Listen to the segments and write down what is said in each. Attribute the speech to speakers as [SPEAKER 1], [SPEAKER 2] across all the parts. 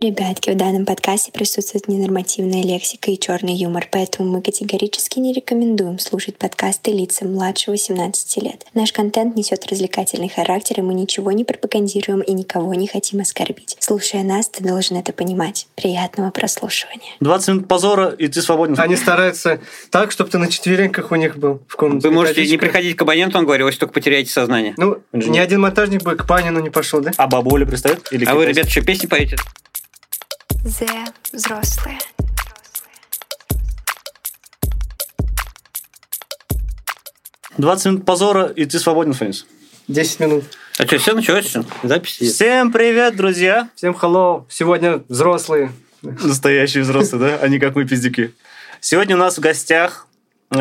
[SPEAKER 1] Ребятки, в данном подкасте присутствует ненормативная лексика и черный юмор, поэтому мы категорически не рекомендуем слушать подкасты лицам младше 18 лет. Наш контент несет развлекательный характер, и мы ничего не пропагандируем и никого не хотим оскорбить. Слушая нас, ты должен это понимать. Приятного прослушивания.
[SPEAKER 2] 20 минут позора, и ты свободен.
[SPEAKER 3] Ну, Они стараются так, чтобы ты на четвереньках у них был в комнате.
[SPEAKER 4] Вы можете не
[SPEAKER 3] Ходить-
[SPEAKER 4] приходить к абоненту, он говорил, если только потеряете сознание.
[SPEAKER 3] Ну, ни один монтажник бы к Панину не пошел, да?
[SPEAKER 2] А бабуля пристает? Или
[SPEAKER 4] А вы,
[SPEAKER 2] китайский?
[SPEAKER 4] ребят, еще песни поете?
[SPEAKER 1] The взрослые.
[SPEAKER 2] Двадцать 20 минут позора, и ты свободен, Фенис.
[SPEAKER 3] 10 минут.
[SPEAKER 4] А что, все началось? что ли? Запись есть.
[SPEAKER 2] Всем привет, друзья!
[SPEAKER 3] Всем hello. Сегодня взрослые.
[SPEAKER 2] Настоящие взрослые, да? Они как мы, пиздюки. Сегодня у нас в гостях э,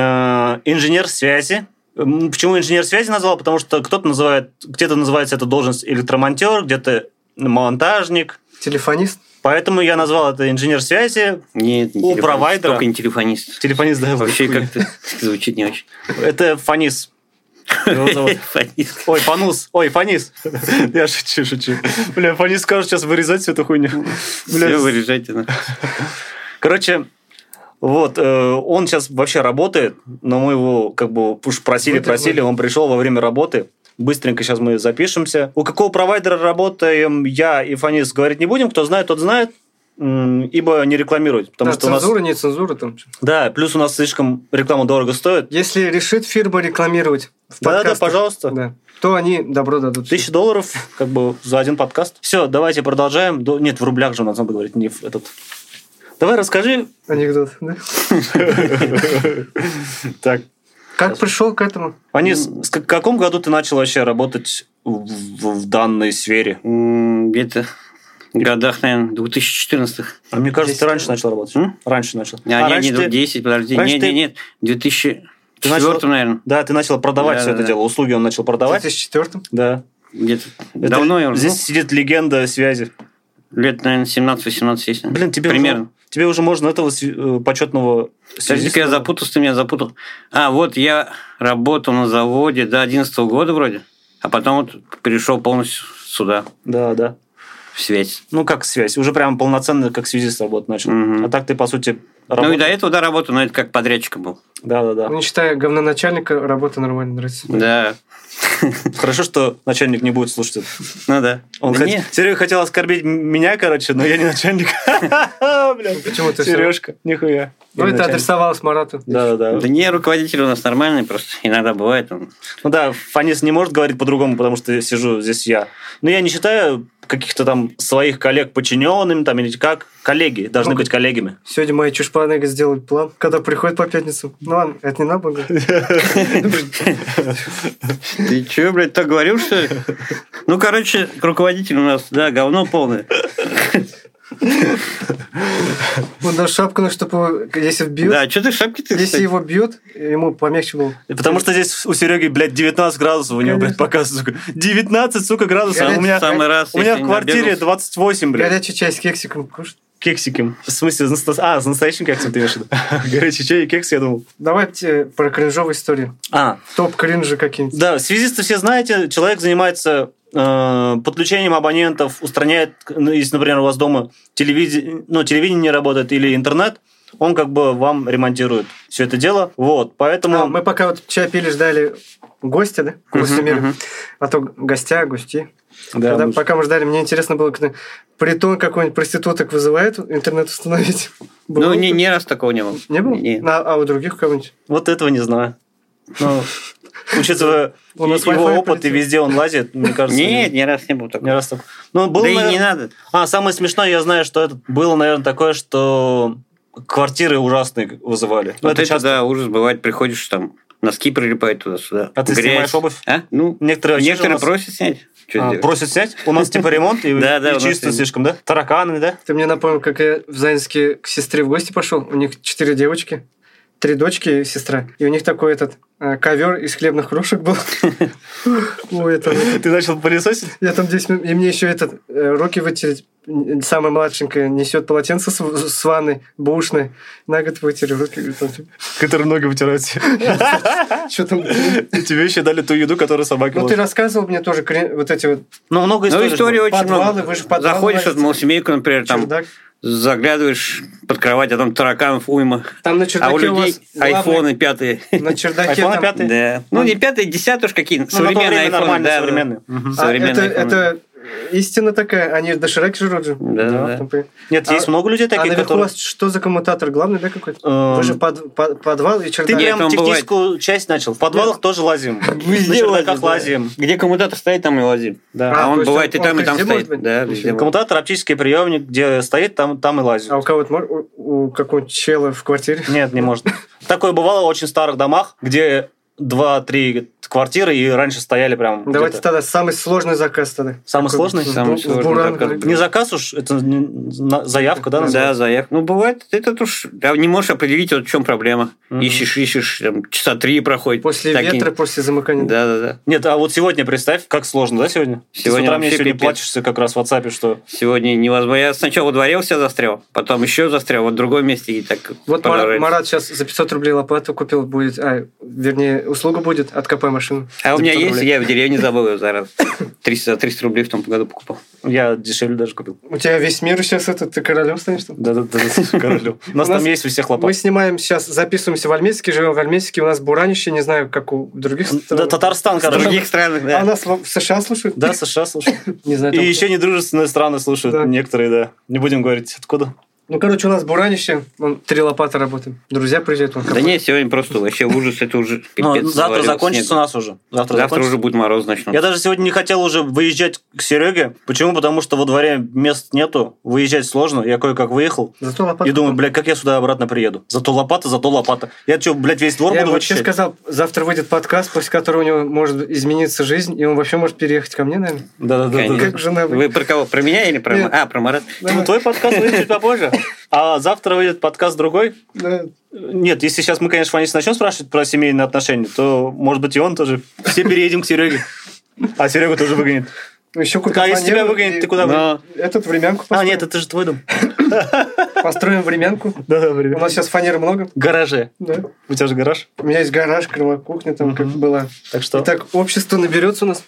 [SPEAKER 2] инженер связи. М, Почему инженер связи назвал? Потому что кто-то называет, где-то называется эта должность электромонтер, где-то монтажник.
[SPEAKER 3] Телефонист.
[SPEAKER 2] Поэтому я назвал это инженер связи,
[SPEAKER 4] Нет, не
[SPEAKER 2] У
[SPEAKER 4] телефонист,
[SPEAKER 2] провайдера?
[SPEAKER 4] Только не телефонист.
[SPEAKER 2] телефонист, да,
[SPEAKER 4] Вообще
[SPEAKER 2] хуй.
[SPEAKER 4] как-то звучит не очень.
[SPEAKER 2] Это Фанис. Его зовут.
[SPEAKER 4] Телефонист.
[SPEAKER 2] Ой, Фанус, ой, Фанис. Я шучу, шучу. Бля, Фанис скажет сейчас вырезать всю эту хуйню. Бля,
[SPEAKER 4] Все вырезайте. нахуй.
[SPEAKER 2] Короче, вот, э, он сейчас вообще работает, но мы его как бы уж просили,
[SPEAKER 3] Выдернули.
[SPEAKER 2] просили, он пришел во время работы. Быстренько сейчас мы запишемся. У какого провайдера работаем я и Фанис говорить не будем. Кто знает, тот знает, м, ибо не рекламировать. Потому
[SPEAKER 3] Да,
[SPEAKER 2] что у нас...
[SPEAKER 3] цензура, не цензура там.
[SPEAKER 2] Да, плюс у нас слишком реклама дорого стоит.
[SPEAKER 3] Если решит фирма рекламировать в
[SPEAKER 2] Да, да,
[SPEAKER 3] подкастах,
[SPEAKER 2] пожалуйста.
[SPEAKER 3] да, то они добро дадут.
[SPEAKER 2] Тысяча долларов, как бы, за один подкаст. Все, давайте продолжаем. До- Нет, в рублях же у нас надо говорить, не в этот. Давай расскажи.
[SPEAKER 3] Анекдот. да?
[SPEAKER 2] Так.
[SPEAKER 3] Как пришел к этому?
[SPEAKER 2] Фанис, с к- каком году ты начал вообще работать в, в- в данной сфере?
[SPEAKER 4] М, Где-то в годах, наверное, 2014-х.
[SPEAKER 2] А мне кажется, ты
[SPEAKER 3] Десять
[SPEAKER 2] раньше
[SPEAKER 3] лет.
[SPEAKER 2] начал работать.
[SPEAKER 4] М?
[SPEAKER 2] Раньше начал.
[SPEAKER 4] Не,
[SPEAKER 2] А
[SPEAKER 4] не,
[SPEAKER 2] раньше
[SPEAKER 4] не,
[SPEAKER 2] ты-
[SPEAKER 4] 10, подожди.
[SPEAKER 2] раньше
[SPEAKER 4] Не,
[SPEAKER 2] ты-
[SPEAKER 4] не, нет, 2004,
[SPEAKER 2] начал-
[SPEAKER 4] наверное,
[SPEAKER 2] Да, ты начал продавать
[SPEAKER 4] Да,
[SPEAKER 2] все
[SPEAKER 4] да,
[SPEAKER 2] это
[SPEAKER 4] да.
[SPEAKER 2] дело. Услуги он начал
[SPEAKER 3] В
[SPEAKER 2] продавать.
[SPEAKER 3] 2004
[SPEAKER 2] Да.
[SPEAKER 4] где-то.
[SPEAKER 2] Это
[SPEAKER 4] Давно я уже,
[SPEAKER 2] Здесь сидит легенда связи.
[SPEAKER 4] ну, лет, наверное, 17-18 есть. наверное.
[SPEAKER 2] Блин, тебе
[SPEAKER 4] Примерно.
[SPEAKER 2] уже, тебе уже можно этого сви- э, почетного
[SPEAKER 4] Подожди-ка, я запутался, ты меня запутал. А, вот я работал на заводе до 11 года вроде, а потом вот перешел полностью сюда,
[SPEAKER 2] Да, да.
[SPEAKER 4] в связь.
[SPEAKER 2] Ну, как связь. Уже прям полноценно как связист работать начал.
[SPEAKER 4] Мгм.
[SPEAKER 2] А так ты, по сути,
[SPEAKER 4] Ну и
[SPEAKER 2] работал.
[SPEAKER 4] до этого, да, работал, но это как подрядчиком был.
[SPEAKER 2] Да, да,
[SPEAKER 3] Ну,
[SPEAKER 2] да.
[SPEAKER 3] не считая говноначальника, работа нормально нравится.
[SPEAKER 4] Да,
[SPEAKER 2] Хорошо, что начальник не будет слушать это.
[SPEAKER 4] ну да.
[SPEAKER 2] Он
[SPEAKER 4] Да
[SPEAKER 2] хот-
[SPEAKER 4] не,
[SPEAKER 2] Серега хотел оскорбить м- меня, короче, но я не начальник. Бля,
[SPEAKER 3] Почему Ну, ты всё-
[SPEAKER 2] Сережка, нихуя.
[SPEAKER 3] Ну,
[SPEAKER 2] Я не
[SPEAKER 3] это
[SPEAKER 2] начальник.
[SPEAKER 3] адресовалось Марату.
[SPEAKER 2] Да, да,
[SPEAKER 4] Да
[SPEAKER 2] да.
[SPEAKER 4] не, руководитель у нас нормальный, просто иногда бывает. Он...
[SPEAKER 2] Ну да, Фанис не может говорить по-другому, потому что я сижу здесь я. Но я не считаю каких-то там своих коллег подчиненными, там или как. Коллеги должны
[SPEAKER 3] Ну,
[SPEAKER 2] быть коллегами.
[SPEAKER 3] Сегодня мои чушпаны сделают план, когда приходят по пятницам. Ну ладно, это не надо было. говорить.
[SPEAKER 4] Ты че, блядь, так говорил, что ли? Ну, короче, руководитель у нас, да, говно полное.
[SPEAKER 3] Он даже шапку, ну, чтобы если бьют,
[SPEAKER 4] Да, что ты шапки-то,
[SPEAKER 3] если
[SPEAKER 4] кстати?
[SPEAKER 3] его бьют, ему помягче было.
[SPEAKER 2] Потому что здесь у Сереги, блядь, 19 градусов у него, блядь,
[SPEAKER 3] Конечно.
[SPEAKER 2] показывают. сука. 19, сука, градусов. а
[SPEAKER 3] Горячий
[SPEAKER 2] у меня,
[SPEAKER 4] самый раз,
[SPEAKER 2] у меня
[SPEAKER 4] если
[SPEAKER 2] в
[SPEAKER 4] не
[SPEAKER 2] квартире
[SPEAKER 4] набегался.
[SPEAKER 2] 28, блядь.
[SPEAKER 3] Горячий чай с кексиком кушать.
[SPEAKER 2] Кексики. В смысле, с наста- а, с настоящим кексом ты имеешь в виду? Горячий чай и кекс, я думал.
[SPEAKER 3] Давайте э, про кринжовую историю.
[SPEAKER 2] А,
[SPEAKER 3] Топ кринжи какие-нибудь.
[SPEAKER 2] да, связисты все знаете, человек занимается э, подключением абонентов, устраняет, ну, если, например, у вас дома телевидение, ну, телевидение не работает или интернет, он как бы вам ремонтирует все это дело. Вот, поэтому...
[SPEAKER 3] А, мы пока вот чай пили, ждали гостя, да? Гостемира.
[SPEAKER 4] Ну. мгм. ну
[SPEAKER 3] А то гостя, гости.
[SPEAKER 2] Да,
[SPEAKER 3] Когда-
[SPEAKER 2] мы-
[SPEAKER 3] пока мы ждали, мне интересно было, когда притон какой-нибудь проституток вызывает интернет установить.
[SPEAKER 4] Ну,
[SPEAKER 3] Было
[SPEAKER 4] не,
[SPEAKER 3] такое?
[SPEAKER 4] ни раз такого не было.
[SPEAKER 3] Не было?
[SPEAKER 4] Не.
[SPEAKER 3] На- а у других кого-нибудь?
[SPEAKER 2] Вот этого не знаю. Но, учитывая
[SPEAKER 3] У нас
[SPEAKER 2] его
[SPEAKER 3] Wi-Fi
[SPEAKER 2] опыт и
[SPEAKER 3] полетел.
[SPEAKER 2] везде он лазит, мне кажется...
[SPEAKER 4] Нет, ни раз не было
[SPEAKER 2] Не
[SPEAKER 4] такого.
[SPEAKER 2] раз так. Ну, было,
[SPEAKER 4] да и
[SPEAKER 2] наверное-
[SPEAKER 4] не надо.
[SPEAKER 2] А, самое смешное, я знаю, что это было, наверное, такое, что квартиры ужасные вызывали. Ну,
[SPEAKER 4] Вот
[SPEAKER 2] это
[SPEAKER 4] это,
[SPEAKER 2] часто.
[SPEAKER 4] да, ужас бывает, приходишь там, носки прилипают туда-сюда.
[SPEAKER 2] А ты
[SPEAKER 4] грязь.
[SPEAKER 2] снимаешь обувь?
[SPEAKER 4] А? Ну,
[SPEAKER 2] Некоторые вообще
[SPEAKER 4] некоторые
[SPEAKER 2] же у нас-
[SPEAKER 4] просят снять. Что
[SPEAKER 2] А,
[SPEAKER 4] сделаешь?
[SPEAKER 2] просят снять? У нас типа ремонт и,
[SPEAKER 4] Да, да,
[SPEAKER 2] и
[SPEAKER 4] у нас
[SPEAKER 2] чисто
[SPEAKER 4] ремонт.
[SPEAKER 2] слишком, да? Тараканы, да?
[SPEAKER 3] Ты мне напомнил, как я в Заинске к сестре в гости пошел. У них четыре девочки, три дочки и сестра. И у них такой этот а, ковер из хлебных крошек был. Ой, это...
[SPEAKER 2] Ты начал пылесосить?
[SPEAKER 3] Я там 10 минут... И мне еще этот э, руки вытереть н- самая младшенькая несет полотенце с, с ванной, бушной, на год вытер руки.
[SPEAKER 2] Которые ноги вытирать.
[SPEAKER 3] Что там?
[SPEAKER 2] Тебе еще дали ту еду, которую собаки
[SPEAKER 3] Ну, ты рассказывал мне тоже крен- вот эти вот
[SPEAKER 2] Ну, много
[SPEAKER 4] Ну,
[SPEAKER 2] историй.
[SPEAKER 4] истории
[SPEAKER 2] было.
[SPEAKER 4] очень
[SPEAKER 3] Подвалы,
[SPEAKER 4] много.
[SPEAKER 3] вы же в подвал
[SPEAKER 4] Заходишь
[SPEAKER 3] лазите.
[SPEAKER 4] в малосемейку, например, там
[SPEAKER 3] чердак.
[SPEAKER 4] заглядываешь под кровать, а там тараканов уйма.
[SPEAKER 3] Там на чердаке
[SPEAKER 4] а у
[SPEAKER 3] у
[SPEAKER 4] людей
[SPEAKER 3] вас главный-
[SPEAKER 4] айфоны пятые.
[SPEAKER 3] На чердаке
[SPEAKER 2] Айфон
[SPEAKER 3] там-
[SPEAKER 2] опять? Пятый?
[SPEAKER 4] Да. Ну, не пятые, десятые уж какие.
[SPEAKER 2] Ну, на то время
[SPEAKER 4] Современные айфоны.
[SPEAKER 2] нормально,
[SPEAKER 4] да, да.
[SPEAKER 2] современные.
[SPEAKER 4] Мгм.
[SPEAKER 3] А, это,
[SPEAKER 4] Современные айфоны.
[SPEAKER 3] это истина такая, они до Шрек жрут же.
[SPEAKER 4] Да, да, да.
[SPEAKER 3] там при-
[SPEAKER 2] Нет,
[SPEAKER 3] А-
[SPEAKER 2] есть много людей
[SPEAKER 3] А
[SPEAKER 2] таких,
[SPEAKER 3] наверху у
[SPEAKER 2] которые...
[SPEAKER 3] вас что за коммутатор? Главный, да, какой-то?
[SPEAKER 2] Эм.
[SPEAKER 3] Вы же под- под- подвал и
[SPEAKER 2] Ты
[SPEAKER 3] чердак.
[SPEAKER 4] не-
[SPEAKER 2] прям
[SPEAKER 4] там бывает.
[SPEAKER 2] техническую часть начал. В подвалах тоже лазим. На
[SPEAKER 4] Везде
[SPEAKER 2] чердаках
[SPEAKER 4] лазим,
[SPEAKER 2] лазим.
[SPEAKER 4] Где коммутатор стоит, там и лазим.
[SPEAKER 2] Да.
[SPEAKER 4] А,
[SPEAKER 3] А, то
[SPEAKER 4] он
[SPEAKER 3] есть
[SPEAKER 4] бывает
[SPEAKER 3] он-
[SPEAKER 4] и там,
[SPEAKER 3] он
[SPEAKER 4] и там
[SPEAKER 3] везде
[SPEAKER 4] стоит.
[SPEAKER 3] может быть?
[SPEAKER 4] Да, везде может.
[SPEAKER 2] Коммутатор, оптический приемник, где стоит, там, там и лазит.
[SPEAKER 3] А у кого-то мор- у, у какого-нибудь чела в квартире?
[SPEAKER 2] Нет, не может. Такое бывало в очень старых домах, где два-три квартиры и раньше стояли прям.
[SPEAKER 3] Давайте
[SPEAKER 2] где-то.
[SPEAKER 3] тогда самый сложный заказ тогда.
[SPEAKER 2] Самый
[SPEAKER 3] Какой-
[SPEAKER 2] сложный?
[SPEAKER 3] в
[SPEAKER 4] Самый
[SPEAKER 3] бу- в
[SPEAKER 4] сложный
[SPEAKER 3] буран,
[SPEAKER 4] заказ.
[SPEAKER 3] блин.
[SPEAKER 2] Не заказ уж, это не- на- заявка, типа, да,
[SPEAKER 4] Да,
[SPEAKER 2] называется?
[SPEAKER 4] заехал. Ну, бывает, это уж да, не можешь определить, вот в чем проблема.
[SPEAKER 2] Мгм.
[SPEAKER 4] Ищешь, ищешь, там, часа три проходит.
[SPEAKER 3] После
[SPEAKER 4] Так и-
[SPEAKER 3] ветра, после замыкания.
[SPEAKER 4] Да, да, да.
[SPEAKER 2] Нет, а вот сегодня представь, как сложно, да, сегодня? Ты
[SPEAKER 4] Сегодня
[SPEAKER 2] с утра мне
[SPEAKER 4] вообще
[SPEAKER 2] сегодня
[SPEAKER 4] пипец.
[SPEAKER 2] плачешься как раз в WhatsApp, что
[SPEAKER 4] Сегодня невозможно. Я сначала во дворе у себя застрял, потом еще застрял, вот в другом месте и так
[SPEAKER 3] Вот Мар-
[SPEAKER 4] продолжается.
[SPEAKER 3] Марат сейчас за 500 рублей лопату купил, будет, а, вернее, услуга будет, откопай машину.
[SPEAKER 4] А у
[SPEAKER 3] За
[SPEAKER 4] меня
[SPEAKER 2] типа
[SPEAKER 3] 500
[SPEAKER 4] есть,
[SPEAKER 3] рублей.
[SPEAKER 4] я в деревне забыл ее зараз. 300, 300 рублей в том году покупал.
[SPEAKER 2] я дешевле даже купил.
[SPEAKER 3] У тебя весь мир сейчас этот, ты королем станешь там?
[SPEAKER 2] Да-да-да, королю. У нас
[SPEAKER 3] У нас-
[SPEAKER 2] там есть у всех
[SPEAKER 3] Мы
[SPEAKER 2] лопат.
[SPEAKER 3] снимаем сейчас, записываемся в Альметьевске, живем в Альметьевске, у нас буранище, не знаю, как у других стран.
[SPEAKER 2] Да, Татарстан,
[SPEAKER 4] В
[SPEAKER 2] короче.
[SPEAKER 4] других странах,
[SPEAKER 3] А
[SPEAKER 4] да.
[SPEAKER 3] нас в в США слушают?
[SPEAKER 2] Да, США, слушай.
[SPEAKER 3] Не знаю.
[SPEAKER 2] И
[SPEAKER 3] там-
[SPEAKER 2] еще недружественные страны слушают
[SPEAKER 3] Да.
[SPEAKER 2] некоторые, да. Не будем говорить, откуда.
[SPEAKER 3] Ну, короче, у нас буранище, он три лопаты работаем. Друзья приезжают, он
[SPEAKER 4] Да нет, сегодня просто вообще ужас, это уже пипец,
[SPEAKER 2] А, Ну, завтра
[SPEAKER 4] завалил
[SPEAKER 2] закончится у
[SPEAKER 4] снег.
[SPEAKER 2] нас уже. Завтра,
[SPEAKER 4] Завтра
[SPEAKER 2] закончится.
[SPEAKER 4] уже будет мороз начнут.
[SPEAKER 2] Я даже сегодня не хотел уже выезжать к Сереге. Почему? Потому что во дворе мест нету, выезжать сложно. Я кое-как выехал.
[SPEAKER 3] Зато лопата.
[SPEAKER 2] И думаю, блядь, как я сюда обратно приеду? Зато лопата, зато лопата. Я что, блядь, весь двор
[SPEAKER 3] я
[SPEAKER 2] буду
[SPEAKER 3] ему вообще
[SPEAKER 2] вычищать?
[SPEAKER 3] сказал, завтра выйдет подкаст, после которого у него может измениться жизнь, и он вообще может переехать ко мне, наверное.
[SPEAKER 2] Да-да-да.
[SPEAKER 4] Конечно.
[SPEAKER 3] Как жена вы-
[SPEAKER 4] Вы про кого? Про меня или про...
[SPEAKER 3] Нет.
[SPEAKER 4] А, про Марат.
[SPEAKER 2] Ну, твой подкаст выйдет чуть попозже. А завтра выйдет подкаст другой.
[SPEAKER 3] Да.
[SPEAKER 2] Нет, если сейчас мы, конечно, Фанис начнем спрашивать про семейные отношения, то, может быть, и он тоже. Все переедем к Сереге. А Серега тоже выгонит.
[SPEAKER 3] Еще
[SPEAKER 2] Так, а если тебя
[SPEAKER 3] Ну, фанеру
[SPEAKER 2] выгонят,
[SPEAKER 3] и
[SPEAKER 2] ты куда
[SPEAKER 4] Но-
[SPEAKER 3] Этот времянку
[SPEAKER 2] А,
[SPEAKER 3] построим.
[SPEAKER 2] нет, это же твой дом.
[SPEAKER 3] Построим времянку.
[SPEAKER 2] Да,
[SPEAKER 3] У нас сейчас фанеры много.
[SPEAKER 2] Гараже.
[SPEAKER 3] Да.
[SPEAKER 2] У тебя же гараж.
[SPEAKER 3] У меня есть гараж, крыло, кухня там как была.
[SPEAKER 2] Так что...
[SPEAKER 3] Итак, общество наберется у нас.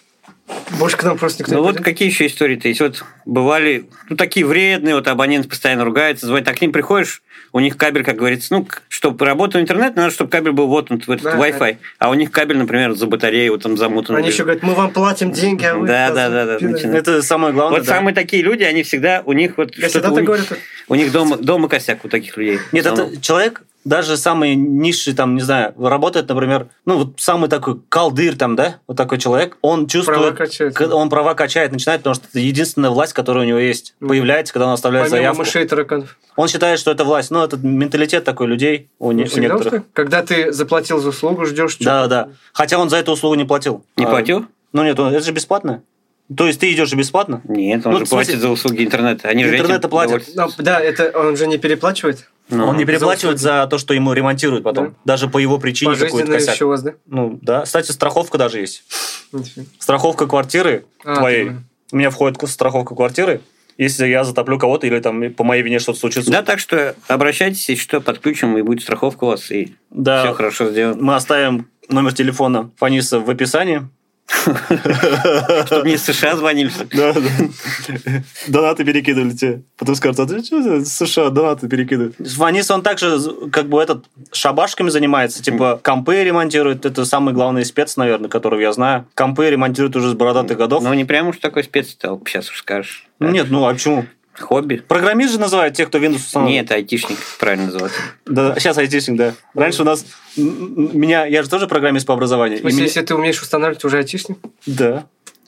[SPEAKER 3] Больше к нам просто никто
[SPEAKER 4] Ну
[SPEAKER 3] не
[SPEAKER 4] вот
[SPEAKER 3] придет.
[SPEAKER 4] какие еще истории-то есть? Вот бывали, ну такие вредные, вот абонент постоянно ругается, звонит, а к ним приходишь, у них кабель, как говорится, ну, чтобы работал интернет, надо, чтобы кабель был вот он, в этот
[SPEAKER 3] Да,
[SPEAKER 4] Wi-Fi, а у них кабель, например, за батарею вот там замутан.
[SPEAKER 3] Они еще говорят, мы вам платим деньги, а вы...
[SPEAKER 4] Да,
[SPEAKER 3] нас
[SPEAKER 4] да, да, да,
[SPEAKER 3] пидоры».
[SPEAKER 4] начинают.
[SPEAKER 2] Это самое главное.
[SPEAKER 4] Вот
[SPEAKER 2] да.
[SPEAKER 4] самые такие люди, они всегда, у них вот...
[SPEAKER 3] Я всегда
[SPEAKER 4] что-то у
[SPEAKER 3] так
[SPEAKER 4] них-
[SPEAKER 3] говорю.
[SPEAKER 4] У них дома, дома косяк у таких людей.
[SPEAKER 2] Нет,
[SPEAKER 4] В основном.
[SPEAKER 2] это человек, даже самый низший, там, не знаю, работает, например, ну, вот самый такой колдырь там, да, вот такой человек, он чувствует...
[SPEAKER 3] Права качает.
[SPEAKER 2] к- Он права качает, начинает, потому что это единственная власть, которая у него есть,
[SPEAKER 3] Мгм.
[SPEAKER 2] появляется, когда он оставляет
[SPEAKER 3] Помимо
[SPEAKER 2] заявку.
[SPEAKER 3] мышей и тараканов.
[SPEAKER 2] Он считает, что это власть. Ну, это менталитет такой людей у, не-
[SPEAKER 3] Ну,
[SPEAKER 2] у
[SPEAKER 3] всегда
[SPEAKER 2] некоторых.
[SPEAKER 3] так. Когда ты заплатил за услугу, ждешь... чё-
[SPEAKER 2] Да, да. Хотя он за эту услугу не платил.
[SPEAKER 4] Не
[SPEAKER 2] А,
[SPEAKER 4] платил?
[SPEAKER 2] Ну нет, он- это же бесплатно. То есть ты идешь и бесплатно?
[SPEAKER 4] Нет, он
[SPEAKER 2] Ну,
[SPEAKER 4] же
[SPEAKER 2] в смысле-
[SPEAKER 4] платит за услуги интернета. Они же
[SPEAKER 2] Интернета
[SPEAKER 4] этим
[SPEAKER 2] платят.
[SPEAKER 4] довольствуются.
[SPEAKER 3] Ну, Да, это он же не переплачивает.
[SPEAKER 4] Ну,
[SPEAKER 2] он не переплачивает за, то, что ему ремонтируют потом.
[SPEAKER 3] Да.
[SPEAKER 2] Даже по его причине какую-то
[SPEAKER 3] Пожизненно
[SPEAKER 2] косяк.
[SPEAKER 3] еще у вас, да? Ну,
[SPEAKER 2] Ну, да. Кстати, страховка даже есть.
[SPEAKER 3] Нифига.
[SPEAKER 2] страховка квартиры
[SPEAKER 3] А,
[SPEAKER 2] твоей.
[SPEAKER 3] понимаю.
[SPEAKER 2] У меня входит страховка квартиры. Если я затоплю кого-то или там по моей вине что-то случится.
[SPEAKER 4] Да, так что обращайтесь, если что, подключим, и будет страховка у вас, и
[SPEAKER 2] Да.
[SPEAKER 4] все хорошо сделано.
[SPEAKER 2] Мы оставим номер телефона Фаниса в описании.
[SPEAKER 4] Чтобы не из США звонили.
[SPEAKER 2] Да, да. Донаты перекидывали тебе. Потом скажут, а ты что за США донаты перекидывают? Фанис, он также как бы этот шабашками занимается. Типа компы ремонтирует. Это самый главный спец, наверное, которого я знаю. Компы ремонтирует уже с бородатых годов.
[SPEAKER 4] Ну, не прям уж такой спец стал, сейчас уж скажешь.
[SPEAKER 2] Ну, Нет, ну а почему?
[SPEAKER 4] Хобби?
[SPEAKER 2] Программист же называют тех, кто Windows устанавливает.
[SPEAKER 4] Нет, айтишник, правильно называется.
[SPEAKER 2] Да, сейчас айтишник, да. Раньше у нас м, м, меня, я же тоже программист по образованию.
[SPEAKER 3] В
[SPEAKER 2] и
[SPEAKER 3] смысле,
[SPEAKER 2] меня-
[SPEAKER 3] если ты умеешь устанавливать уже айтишник,
[SPEAKER 2] Да.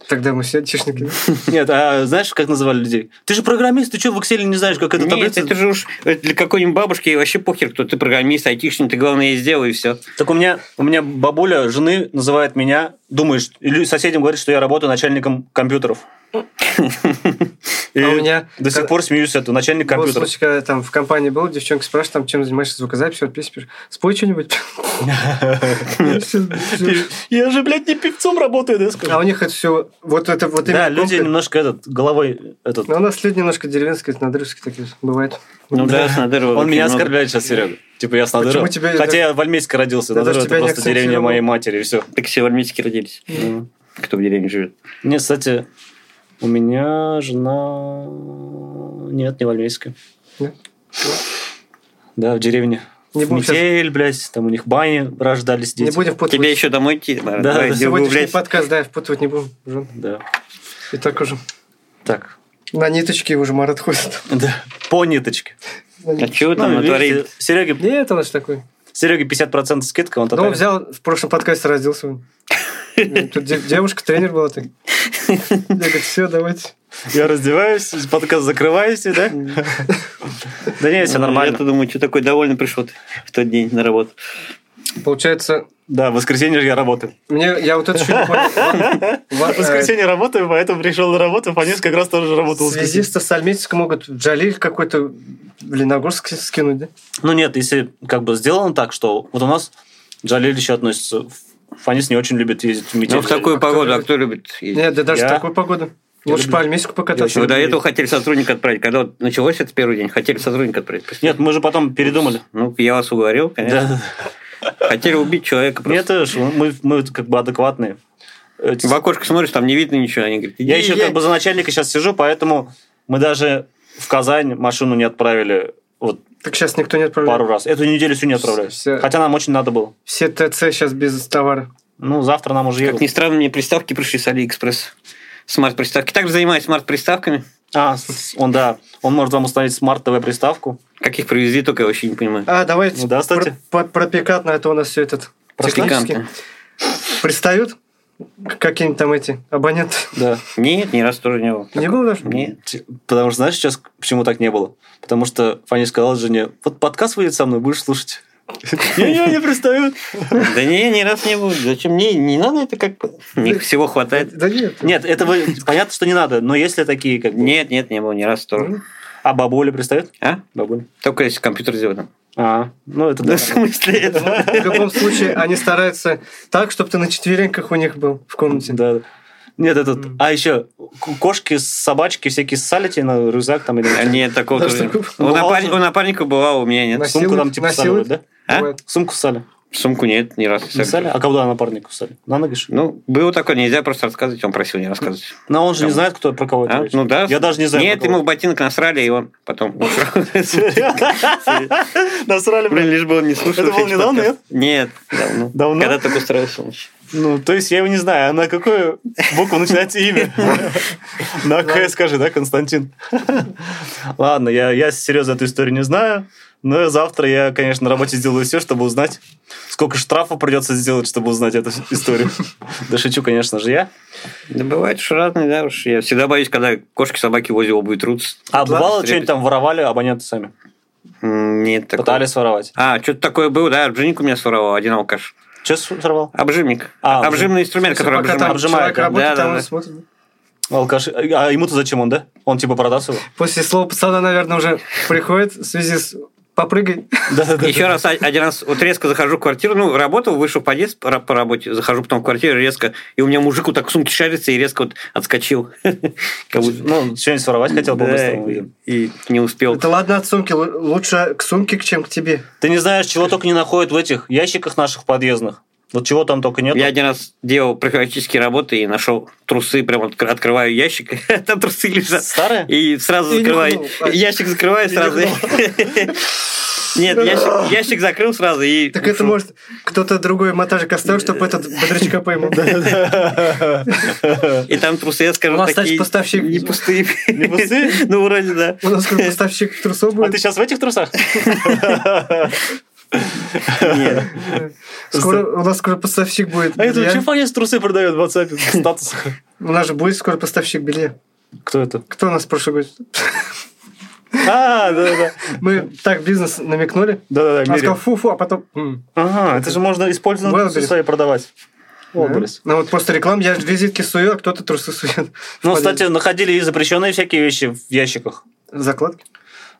[SPEAKER 3] тогда мы все айтишники.
[SPEAKER 2] Нет, а знаешь, как называли людей? Ты же программист, ты что в Excel не знаешь, как это
[SPEAKER 4] Нет,
[SPEAKER 2] таблица?
[SPEAKER 4] это же уж э, для какой-нибудь бабушки и вообще похер, кто ты программист, айтишник, ты главное и сделай, и все.
[SPEAKER 2] Так у меня, у меня бабуля жены называет меня, думаешь, или соседям говорит, что я работаю начальником компьютеров. И
[SPEAKER 3] А у меня
[SPEAKER 2] до сих
[SPEAKER 3] как-
[SPEAKER 2] пор смеюсь это начальник
[SPEAKER 3] Был
[SPEAKER 2] компьютера.
[SPEAKER 3] случай, когда там в компании был, девчонка спрашивает, там, чем занимаешься, звукозапись, вот песни пишешь. Спой что-нибудь.
[SPEAKER 2] Я же, блядь, не певцом работаю, да,
[SPEAKER 3] А у них это все, вот это вот
[SPEAKER 2] Да,
[SPEAKER 3] именно
[SPEAKER 2] люди
[SPEAKER 3] комплекс.
[SPEAKER 2] немножко этот, головой этот...
[SPEAKER 3] Но Ну, у нас люди немножко деревенские, надрывские такие бывает.
[SPEAKER 4] Ну да, с Надыровым
[SPEAKER 2] Он меня
[SPEAKER 4] немного.
[SPEAKER 2] оскорбляет сейчас, Серега. Типа я с
[SPEAKER 3] ну, Почему
[SPEAKER 2] Надырова.
[SPEAKER 3] тебя-
[SPEAKER 2] Хотя я в Альмейске родился.
[SPEAKER 3] Я
[SPEAKER 2] Надырова
[SPEAKER 3] даже
[SPEAKER 2] это
[SPEAKER 3] тебя не ну,
[SPEAKER 2] просто деревня
[SPEAKER 3] акцентировал.
[SPEAKER 2] моей матери, и все.
[SPEAKER 4] Так все в Альметьке родились. Ну, Кто в деревне живет.
[SPEAKER 2] Нет, кстати, у меня жена... Нет, не в Альмейске.
[SPEAKER 3] Нет?
[SPEAKER 2] Да, в деревне.
[SPEAKER 3] Не
[SPEAKER 2] В
[SPEAKER 3] будем сейчас-
[SPEAKER 2] метель, блядь, там у них бани рождались дети. ну,
[SPEAKER 3] Не будем впутывать.
[SPEAKER 4] Тебе еще домой идти? Да,
[SPEAKER 2] Да,
[SPEAKER 4] давай,
[SPEAKER 2] да,
[SPEAKER 4] иди
[SPEAKER 3] Сегодняшний
[SPEAKER 4] гуглять.
[SPEAKER 3] подкаст, да, впутывать не будем. Жен.
[SPEAKER 2] Да.
[SPEAKER 3] И так уже.
[SPEAKER 2] Так.
[SPEAKER 3] На ниточке уже Марат ходит.
[SPEAKER 2] Да. По ниточке.
[SPEAKER 3] На
[SPEAKER 4] А
[SPEAKER 3] ниточке.
[SPEAKER 4] чего там
[SPEAKER 2] Ну, видите,
[SPEAKER 4] натворит?
[SPEAKER 2] Сереге,
[SPEAKER 3] Нет, он же такой.
[SPEAKER 2] Ну, Сереге 50% скидка, он
[SPEAKER 3] Но он
[SPEAKER 2] татарин.
[SPEAKER 3] Ну, взял, в прошлом подкасте родился он. Тут де- девушка, тренер была так. Я говорю, все, давайте.
[SPEAKER 2] Я раздеваюсь, подкаст закрываюсь, и, да? Да нет,
[SPEAKER 3] Ну,
[SPEAKER 2] все нормально.
[SPEAKER 4] Ну, Я-то думаю, что такой довольный пришел ты в тот день на работу.
[SPEAKER 3] Получается,
[SPEAKER 2] Да, в воскресенье же я работаю.
[SPEAKER 3] мне, я вот это еще не понял. Ва- э,
[SPEAKER 2] В воскресенье работаю, поэтому пришел на работу, понес как раз тоже работал в воскресенье.
[SPEAKER 3] Связисты с Альметьевска могут в Джалиль какой-то в Леногорск скинуть, да?
[SPEAKER 2] Ну нет, если как бы сделано так, что вот у нас Джалиль еще относится... Фанис не очень любит ездить в метель.
[SPEAKER 4] Ну, в такую
[SPEAKER 3] а кто
[SPEAKER 4] погоду, а
[SPEAKER 3] любит?
[SPEAKER 4] кто любит? ездить?
[SPEAKER 3] Нет, да даже
[SPEAKER 2] Я-
[SPEAKER 3] в такую погоду.
[SPEAKER 2] Я
[SPEAKER 3] Лучше
[SPEAKER 2] люблю.
[SPEAKER 3] по Альметьевску
[SPEAKER 2] Я
[SPEAKER 4] Вы
[SPEAKER 2] очень
[SPEAKER 3] покататься.
[SPEAKER 4] до
[SPEAKER 2] людей.
[SPEAKER 4] этого хотели сотрудника отправить. Когда вот началось это первый день, хотели сотрудника отправить.
[SPEAKER 2] Нет, мы же потом передумали.
[SPEAKER 4] Ну, я вас уговорил, конечно.
[SPEAKER 2] Да.
[SPEAKER 4] Хотели убить человека просто.
[SPEAKER 2] Нет, Эш, мы, мы как бы адекватные. Эти-
[SPEAKER 4] В окошко смотришь, там не видно ничего. Они говорят,
[SPEAKER 2] Я
[SPEAKER 4] «Иди,
[SPEAKER 2] еще как бы за начальника сейчас сижу, поэтому мы даже в Казань машину не отправили вот
[SPEAKER 3] Так сейчас никто не
[SPEAKER 2] пару
[SPEAKER 3] отправляет.
[SPEAKER 2] раз. Эту неделю всю не отправляли.
[SPEAKER 3] Все-
[SPEAKER 2] Хотя нам очень надо было.
[SPEAKER 3] Все ТЦ сейчас без товара.
[SPEAKER 2] Ну, завтра нам уже
[SPEAKER 4] Как
[SPEAKER 2] ехать.
[SPEAKER 4] ни странно, мне приставки пришли с Алиэкспресс. Смарт-приставки. Также занимаюсь смарт-приставками.
[SPEAKER 2] А, с- он, да, он может вам установить смарт-ТВ-приставку.
[SPEAKER 4] Как их привезли, только я вообще не понимаю.
[SPEAKER 3] А, давайте
[SPEAKER 2] Ну да, кстати.
[SPEAKER 3] про, про- про пикантное, а то у нас все этот
[SPEAKER 4] Про
[SPEAKER 3] технически.
[SPEAKER 4] пикантное.
[SPEAKER 3] Пристают какие-нибудь там эти абоненты.
[SPEAKER 2] Да.
[SPEAKER 4] Нет, ни разу тоже не было.
[SPEAKER 3] Не было даже?
[SPEAKER 4] Нет.
[SPEAKER 2] Т- Потому что, знаешь, сейчас почему так не было? Потому что Фаня сказала жене, вот подкаст выйдет со мной, будешь слушать. Не-не, не пристают.
[SPEAKER 4] Да не, ни разу не было. Зачем мне? Не надо это как бы. Мне всего хватает.
[SPEAKER 3] Да нет.
[SPEAKER 2] Нет, этого понятно, что не надо, но если такие, как бы...
[SPEAKER 4] Нет, нет, не было ни разу
[SPEAKER 3] Ну,
[SPEAKER 4] тоже.
[SPEAKER 2] А бабуля пристает?
[SPEAKER 4] А?
[SPEAKER 2] Бабуля.
[SPEAKER 4] Только если компьютер сделан.
[SPEAKER 2] А, ну это
[SPEAKER 4] Да,
[SPEAKER 2] да.
[SPEAKER 4] в смысле это?
[SPEAKER 3] В любом случае, они стараются так, чтобы ты на четвереньках у них был в комнате.
[SPEAKER 2] Да. Нет, этот... А еще к- кошки, собачки всякие ссали тебе на рюкзак там или...
[SPEAKER 4] А, Нет, такого
[SPEAKER 3] Даже
[SPEAKER 4] тоже.
[SPEAKER 3] такого?
[SPEAKER 4] У,
[SPEAKER 2] Бывало.
[SPEAKER 4] напарни- у напарника бывало, у меня нет.
[SPEAKER 3] Нас-
[SPEAKER 2] Сумку там
[SPEAKER 3] насилуют,
[SPEAKER 2] типа ссали,
[SPEAKER 3] насилуют.
[SPEAKER 2] да?
[SPEAKER 4] А?
[SPEAKER 3] Бывает.
[SPEAKER 2] Сумку ссали.
[SPEAKER 4] Сумку нет, ни разу.
[SPEAKER 2] Не ссали? А куда напарник ссали? На ноги, что ли?
[SPEAKER 4] Ну, было такое, нельзя просто рассказывать, он просил не рассказывать.
[SPEAKER 2] Но он же не
[SPEAKER 4] Там.
[SPEAKER 2] знает, кто про кого это
[SPEAKER 4] А?
[SPEAKER 2] речь.
[SPEAKER 4] Ну да.
[SPEAKER 2] Я даже не знаю.
[SPEAKER 4] Нет,
[SPEAKER 2] про кого.
[SPEAKER 4] ему в ботинок насрали, и он потом...
[SPEAKER 2] Насрали,
[SPEAKER 4] Блин,
[SPEAKER 2] блин.
[SPEAKER 4] лишь бы он не слушал.
[SPEAKER 2] Это было
[SPEAKER 4] весь
[SPEAKER 2] недавно,
[SPEAKER 4] подкаст. Нет, давно.
[SPEAKER 2] Давно?
[SPEAKER 4] Когда только устроился он.
[SPEAKER 2] Ну, то есть я его не знаю. А на какую букву начинается имя? На К скажи, да, Константин? Ладно, я, я серьезно эту историю не знаю. Но завтра я, конечно, на работе сделаю все, чтобы узнать, сколько штрафа придется сделать, чтобы узнать эту историю. Да шучу, конечно же, я.
[SPEAKER 4] Да бывает уж разные, да уж. Я всегда боюсь, когда кошки, собаки возле обуви трутся.
[SPEAKER 2] А
[SPEAKER 4] Ладно,
[SPEAKER 2] бывало,
[SPEAKER 4] стрелять.
[SPEAKER 2] что-нибудь там воровали абоненты сами?
[SPEAKER 4] М, Нет, такого.
[SPEAKER 2] Пытались своровать.
[SPEAKER 4] А, что-то такое было, да, обжимник у меня своровал, один алкаш.
[SPEAKER 2] Что своровал?
[SPEAKER 4] Обжимник.
[SPEAKER 2] А,
[SPEAKER 4] Обжимный инструмент, который
[SPEAKER 3] Пока там
[SPEAKER 4] обжимает.
[SPEAKER 3] человек
[SPEAKER 2] обжимает, да,
[SPEAKER 3] работает,
[SPEAKER 4] да,
[SPEAKER 3] там
[SPEAKER 4] да.
[SPEAKER 3] он смотрит.
[SPEAKER 2] Алкаши. А ему-то зачем он, да? Он типа продаст его?
[SPEAKER 3] После слова пацана, наверное, уже приходит в связи с попрыгай.
[SPEAKER 2] Да-да-да.
[SPEAKER 4] Еще раз, о- один раз, вот резко захожу в квартиру, ну, работал, вышел в подъезд по, по работе, захожу потом в квартиру, резко, и у меня мужик вот так в сумке шарится и резко вот отскочил. Как будто-
[SPEAKER 2] Ну, что-нибудь своровать хотел бы
[SPEAKER 4] Да,
[SPEAKER 2] быстрому.
[SPEAKER 4] и и не успел.
[SPEAKER 3] Это ладно от сумки, лу- лучше к сумке, чем к тебе.
[SPEAKER 2] Ты не знаешь, чего только не находят в этих ящиках наших подъездных. Вот чего там только нет.
[SPEAKER 4] Я один раз делал профилактические работы и нашел трусы, прям вот открываю ящик, там трусы лежат.
[SPEAKER 2] Старые?
[SPEAKER 4] И сразу
[SPEAKER 3] И
[SPEAKER 4] закрываю.
[SPEAKER 2] а,
[SPEAKER 3] нюхнул.
[SPEAKER 4] Ящик закрываю сразу. Нет, ящик, ящик закрыл сразу и...
[SPEAKER 3] Так это
[SPEAKER 4] ушел.
[SPEAKER 3] может кто-то другой монтажик оставил, чтобы этот бодрячка поймал.
[SPEAKER 2] А
[SPEAKER 4] И там трусы, я скажу,
[SPEAKER 3] У нас, кстати,
[SPEAKER 4] такие...
[SPEAKER 3] поставщик-
[SPEAKER 4] Не пустые.
[SPEAKER 2] Не пустые?
[SPEAKER 4] Ну, вроде да.
[SPEAKER 3] У нас какой-то поставщик
[SPEAKER 2] А
[SPEAKER 3] трусов
[SPEAKER 2] ты
[SPEAKER 3] будет.
[SPEAKER 2] сейчас в этих трусах?
[SPEAKER 4] Нет.
[SPEAKER 3] Скоро у нас скоро поставщик будет.
[SPEAKER 2] А это
[SPEAKER 3] белья.
[SPEAKER 2] вообще фанец трусы продает в WhatsApp в статусах.
[SPEAKER 3] У нас же будет скоро поставщик белья.
[SPEAKER 2] Кто это?
[SPEAKER 3] Кто у нас в прошлый год?
[SPEAKER 2] А, да-да-да.
[SPEAKER 3] Мы так бизнес намекнули.
[SPEAKER 2] Да-да-да,
[SPEAKER 3] Он
[SPEAKER 2] Мири.
[SPEAKER 3] сказал фу-фу, а потом... м.
[SPEAKER 2] Ага, это же можно использовать
[SPEAKER 3] Wildberries.
[SPEAKER 2] трусы и продавать. образ.
[SPEAKER 3] Ну вот просто реклам, я же визитки сую, а кто-то трусы сует.
[SPEAKER 2] Ну,
[SPEAKER 3] В
[SPEAKER 2] кстати, находили и запрещенные всякие вещи в ящиках.
[SPEAKER 3] Закладки.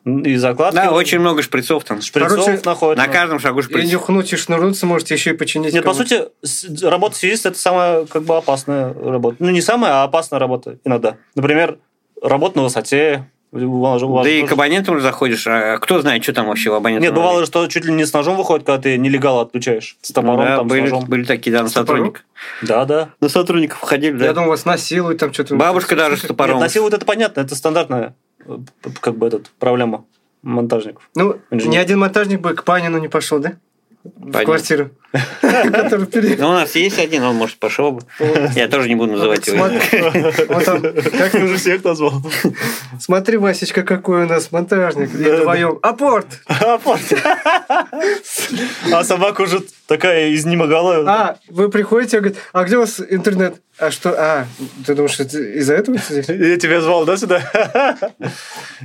[SPEAKER 2] И закладки.
[SPEAKER 4] Да, очень много шприцов там.
[SPEAKER 2] Шприцов
[SPEAKER 3] Короче,
[SPEAKER 2] находят.
[SPEAKER 4] На
[SPEAKER 2] Ну.
[SPEAKER 4] каждом шагу шприц.
[SPEAKER 3] И нюхнуть, и шнурнуться можете, еще и починить.
[SPEAKER 2] Нет, по
[SPEAKER 3] кому.
[SPEAKER 2] сути, с- работа связиста – это самая как бы опасная работа. Ну, не самая, а опасная работа иногда. Например, работа на высоте. Бывало же- бывало
[SPEAKER 4] Да
[SPEAKER 2] же
[SPEAKER 4] и ну,
[SPEAKER 2] тоже-
[SPEAKER 4] к абонентам же заходишь, а кто знает, что там вообще в абонентах.
[SPEAKER 2] Нет, бывало, что чуть ли не с ножом выходит, когда ты нелегал отключаешь. С
[SPEAKER 4] Ну
[SPEAKER 2] топором,
[SPEAKER 4] да,
[SPEAKER 2] там, с
[SPEAKER 4] были,
[SPEAKER 2] ножом.
[SPEAKER 4] были такие, да, на
[SPEAKER 3] С топором?
[SPEAKER 4] сотрудников.
[SPEAKER 2] Да, да.
[SPEAKER 4] На сотрудников ходили,
[SPEAKER 3] Я думал, вас насилуют там что-то.
[SPEAKER 4] Бабушка даже с
[SPEAKER 2] Нет,
[SPEAKER 4] топором.
[SPEAKER 2] на силу вот это понятно, это стандартная э, п- как бы этот, проблема монтажников.
[SPEAKER 3] Ну,
[SPEAKER 2] Инженер.
[SPEAKER 3] ни один монтажник бы к Панину не пошел, да? В
[SPEAKER 4] Панин.
[SPEAKER 3] квартиру. Который пере-
[SPEAKER 4] Ну, у нас есть один, он, может, пошел бы.
[SPEAKER 2] Ну,
[SPEAKER 4] Я тоже не буду называть его.
[SPEAKER 3] Смотри, он там, как-
[SPEAKER 2] уже всех назвал.
[SPEAKER 3] Смотри, Васечка, какой у нас монтажник. И
[SPEAKER 2] Да, да.
[SPEAKER 3] вдвоем. Апорт!
[SPEAKER 2] А порт. А собака уже такая изнемогала.
[SPEAKER 3] А, вы приходите, говорит, а где у вас интернет? А что? А, ты думаешь, это из-за этого ты здесь?
[SPEAKER 2] Я тебя звал, да, сюда?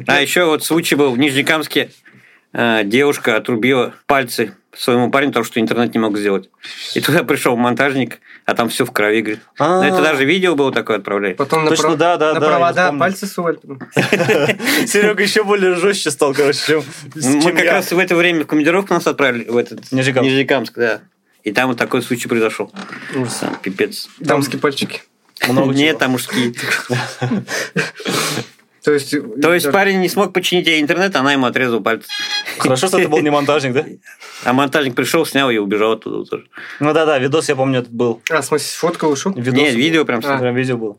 [SPEAKER 4] А еще вот случай был в Нижнекамске. Э, Девушка отрубила пальцы своему парню, потому что интернет не мог сделать. И туда пришел монтажник, а там все в крови, говорит. Ну,
[SPEAKER 2] А.
[SPEAKER 4] это даже видео было такое отправляли.
[SPEAKER 3] Потом на,
[SPEAKER 2] Точно,
[SPEAKER 3] пров-
[SPEAKER 2] да, да,
[SPEAKER 3] на
[SPEAKER 2] да, я
[SPEAKER 3] провода
[SPEAKER 2] вспомнил.
[SPEAKER 3] пальцы сували.
[SPEAKER 2] Серега еще более жестче стал, короче, чем,
[SPEAKER 4] Мы
[SPEAKER 2] чем
[SPEAKER 4] как
[SPEAKER 2] я.
[SPEAKER 4] раз в это время в командировку нас отправили в этот
[SPEAKER 2] Нижнекамск.
[SPEAKER 4] Нижнекамск, да. И там вот такой случай произошел. Там пипец.
[SPEAKER 3] Дамские пальчики.
[SPEAKER 2] Много
[SPEAKER 4] Нет,
[SPEAKER 2] чего.
[SPEAKER 4] там мужские.
[SPEAKER 3] То есть, э,
[SPEAKER 4] То есть
[SPEAKER 3] даже-
[SPEAKER 4] парень не смог починить ей интернет, она ему отрезала пальцы.
[SPEAKER 2] Хорошо, что ты был не монтажник, да?
[SPEAKER 4] А монтажник пришел, снял и убежал оттуда тоже.
[SPEAKER 2] Ну да-да, видос, я помню, этот был.
[SPEAKER 3] А, в смысле, сфоткал, ушел?
[SPEAKER 2] Видос.
[SPEAKER 4] Нет, видео прям.
[SPEAKER 3] А.
[SPEAKER 2] Прям видео было.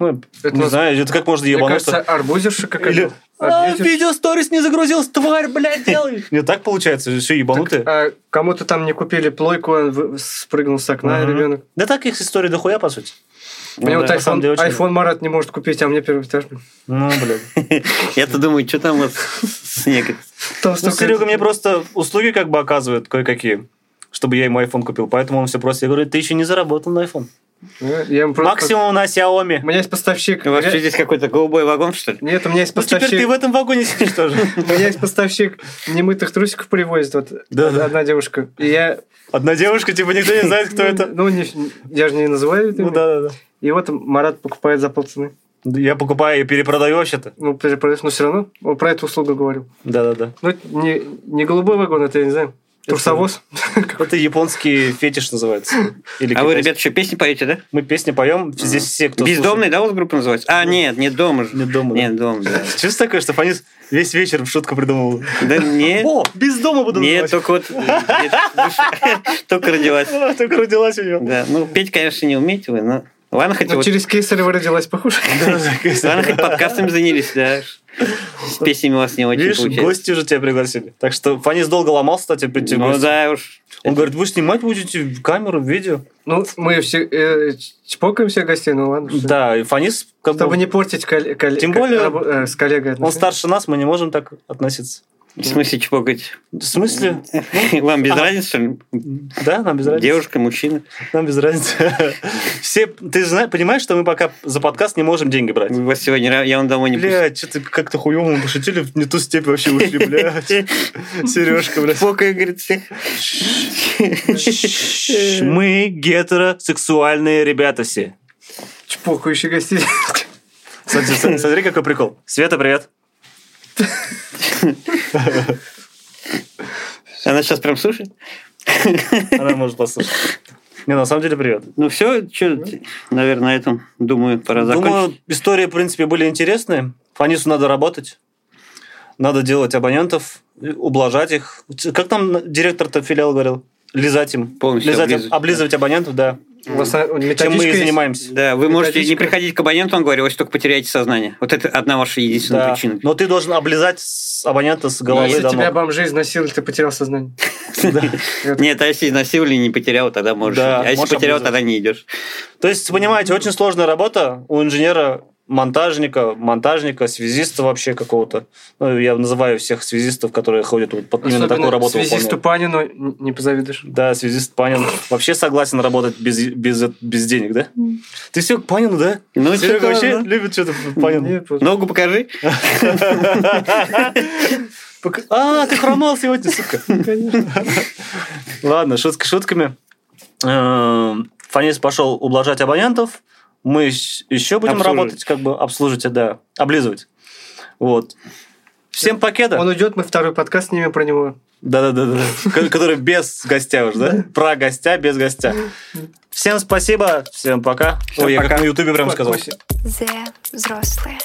[SPEAKER 2] Ну,
[SPEAKER 3] Это
[SPEAKER 2] не
[SPEAKER 3] нас-
[SPEAKER 2] знаю, это как можно
[SPEAKER 3] Мне кажется,
[SPEAKER 2] ебануться.
[SPEAKER 3] арбузерша
[SPEAKER 2] Или...
[SPEAKER 3] какая-то.
[SPEAKER 2] А,
[SPEAKER 3] Арбузерша.
[SPEAKER 2] видео сторис не загрузилось, тварь, блядь, делай. Не так получается, все ебанутые.
[SPEAKER 3] А кому-то там не купили плойку, он в- спрыгнул с окна,
[SPEAKER 2] Мгм.
[SPEAKER 3] ребенок.
[SPEAKER 2] Да так их история дохуя, по сути.
[SPEAKER 3] Мне вот
[SPEAKER 2] да, на самом
[SPEAKER 3] iPhone,
[SPEAKER 2] деле очень-
[SPEAKER 3] iPhone Марат не может купить, а мне первый этаж.
[SPEAKER 2] Ну, блядь.
[SPEAKER 4] Я-то думаю, что там вот снег.
[SPEAKER 3] Там
[SPEAKER 2] Ну,
[SPEAKER 3] столько-
[SPEAKER 2] Серега мне просто услуги как бы оказывает кое-какие, чтобы я ему iPhone купил. Поэтому он все просто... Я говорю, ты еще не заработал на iPhone.
[SPEAKER 3] Я ему просто-
[SPEAKER 2] Максимум на Xiaomi.
[SPEAKER 3] У меня есть поставщик.
[SPEAKER 4] У вас
[SPEAKER 3] Я-
[SPEAKER 4] что, здесь какой-то голубой вагон, что ли?
[SPEAKER 3] Нет, у меня есть
[SPEAKER 2] Ну, теперь ты
[SPEAKER 3] поставщик.
[SPEAKER 2] в этом вагоне сидишь тоже.
[SPEAKER 3] У меня есть поставщик немытых трусиков привозит. Вот
[SPEAKER 2] Да,
[SPEAKER 3] одна
[SPEAKER 2] да.
[SPEAKER 3] одна девушка. И я.
[SPEAKER 2] Одна девушка, типа, никто не знает, кто это.
[SPEAKER 3] Ну, не- я же не называю это
[SPEAKER 2] Ну,
[SPEAKER 3] имя.
[SPEAKER 2] да-да-да.
[SPEAKER 3] И вот Марат покупает за полцены.
[SPEAKER 2] Я покупаю и перепродаю вообще-то.
[SPEAKER 3] Ну, перепродаешь, но все равно он про эту услугу говорил.
[SPEAKER 2] Да-да-да.
[SPEAKER 3] Ну, это не, не голубой вагон, это я не знаю. Трусовоз.
[SPEAKER 2] Это японский фетиш называется. Или
[SPEAKER 4] А вы,
[SPEAKER 2] китайский.
[SPEAKER 4] ребята, еще песни поете, да?
[SPEAKER 2] Мы песни поем, здесь все, кто
[SPEAKER 4] Бездомный, да, у вас группа называется? А, нет, нет дома же.
[SPEAKER 2] Нет дома, да.
[SPEAKER 4] Нет дома, да.
[SPEAKER 2] слушает. Чувство такое, что Фанис весь вечер в шутку придумывал.
[SPEAKER 4] Да нет.
[SPEAKER 2] О, без дома буду
[SPEAKER 4] Нет,
[SPEAKER 2] называть.
[SPEAKER 4] только вот... нет, душа Только родилась.
[SPEAKER 2] А, Только родилась у него.
[SPEAKER 4] Да, ну, петь, конечно, не умеете вы, но... Ладно,
[SPEAKER 2] Ну,
[SPEAKER 4] хоть
[SPEAKER 3] Но
[SPEAKER 4] вот-
[SPEAKER 3] Ну, через кейсарево родилась похуже.
[SPEAKER 4] Ладно, хоть подкастами занялись, да. С песнями у вас не очень
[SPEAKER 2] Видишь,
[SPEAKER 4] получается.
[SPEAKER 2] гости уже тебя пригласили. Так что Фанис долго ломал, кстати, прийти в
[SPEAKER 4] Ну
[SPEAKER 2] гости.
[SPEAKER 4] да уж.
[SPEAKER 2] Он говорит, вы снимать будете камеру, видео?
[SPEAKER 3] Ну, мы все э, чпокаем всех гостей, ну ладно. что.
[SPEAKER 2] Да, и Фанис как
[SPEAKER 3] Чтобы
[SPEAKER 2] бы...
[SPEAKER 3] не портить коллег.
[SPEAKER 2] Тем более,
[SPEAKER 3] э, с коллегой.
[SPEAKER 2] Он
[SPEAKER 3] отношения.
[SPEAKER 2] старше нас, мы не можем так относиться.
[SPEAKER 4] В смысле чпокать?
[SPEAKER 2] В смысле?
[SPEAKER 4] Вам без
[SPEAKER 2] А.
[SPEAKER 4] разницы, что ли?
[SPEAKER 2] Да, нам без разницы.
[SPEAKER 4] Девушка, мужчина.
[SPEAKER 2] Нам без разницы. Все, ты знаешь, понимаешь, что мы пока за подкаст не можем деньги брать?
[SPEAKER 4] Вас сегодня... ра- Я вам домой Ну, не пустил.
[SPEAKER 2] Блядь, что-то как-то хуёво мы пошутили, в не ту степь вообще ушли, блядь. Сережка, блядь.
[SPEAKER 4] Чпокаю, говорит, всех.
[SPEAKER 2] Мы гетеросексуальные ребята все.
[SPEAKER 3] Чпокающие гостей.
[SPEAKER 2] Смотри, смотри, смотри, какой прикол. Света, привет.
[SPEAKER 4] Она сейчас прям слушает?
[SPEAKER 2] Она может послушать. Не, на самом деле, привет.
[SPEAKER 4] Ну все, что, наверное, на этом, думаю, пора закончить.
[SPEAKER 2] Думаю, истории, в принципе, были интересные. Фанису надо работать. Надо делать абонентов, и ублажать их. Как там на- директор-то филиал говорил? Лизать им.
[SPEAKER 4] Полностью
[SPEAKER 2] Лизать,
[SPEAKER 4] облизывать,
[SPEAKER 2] облизывать абонентов, да.
[SPEAKER 3] У вас а,
[SPEAKER 2] Чем мы
[SPEAKER 3] методичка
[SPEAKER 2] и
[SPEAKER 3] есть?
[SPEAKER 2] занимаемся.
[SPEAKER 4] Да, вы можете не
[SPEAKER 3] методичка.
[SPEAKER 4] приходить к абоненту, он говорил, если только потеряете сознание. Вот это одна ваша единственная
[SPEAKER 2] Да.
[SPEAKER 4] причина.
[SPEAKER 2] Но ты должен облизать с абонента с
[SPEAKER 3] Ну,
[SPEAKER 2] головы
[SPEAKER 3] Если
[SPEAKER 2] до
[SPEAKER 3] тебя
[SPEAKER 2] ног.
[SPEAKER 3] бомжи изнасиловали, ты потерял сознание.
[SPEAKER 4] Нет, а если изнасиловали и не потерял, тогда можешь.
[SPEAKER 2] Да,
[SPEAKER 4] а если
[SPEAKER 2] можешь
[SPEAKER 4] потерял,
[SPEAKER 2] облизать.
[SPEAKER 4] тогда не идешь.
[SPEAKER 2] То есть, понимаете, очень сложная работа у инженера монтажника, монтажника, связиста вообще какого-то. Ну, я называю всех связистов, которые ходят вот под именно такую работу.
[SPEAKER 3] связисту
[SPEAKER 2] выполняют.
[SPEAKER 3] Панину н- не позавидуешь.
[SPEAKER 2] Да, связист Панин вообще согласен работать без, без, без денег, да? Ты все к Панину, да?
[SPEAKER 4] Ну,
[SPEAKER 2] Серега
[SPEAKER 4] чё-то,
[SPEAKER 2] вообще
[SPEAKER 4] да.
[SPEAKER 2] любит что-то Панин.
[SPEAKER 3] Нет, вот.
[SPEAKER 4] Ногу покажи.
[SPEAKER 2] Пока- А, ты хромал сегодня, сука. Ладно, шутки шутками. Эм, Фонист пошел ублажать абонентов, мы щ- еще будем
[SPEAKER 4] Обслуживать.
[SPEAKER 2] работать, как бы обслужить, да, облизывать. Вот. Всем покеда.
[SPEAKER 3] Он уйдет, мы второй подкаст снимем про него.
[SPEAKER 2] Да-да-да, который без гостя уже, да? Про гостя без гостя. Всем спасибо, всем пока.
[SPEAKER 4] Всем
[SPEAKER 2] Ой, я как
[SPEAKER 4] пока.
[SPEAKER 2] на Ютубе прям сказал.
[SPEAKER 3] Спасибо.
[SPEAKER 1] The взрослые.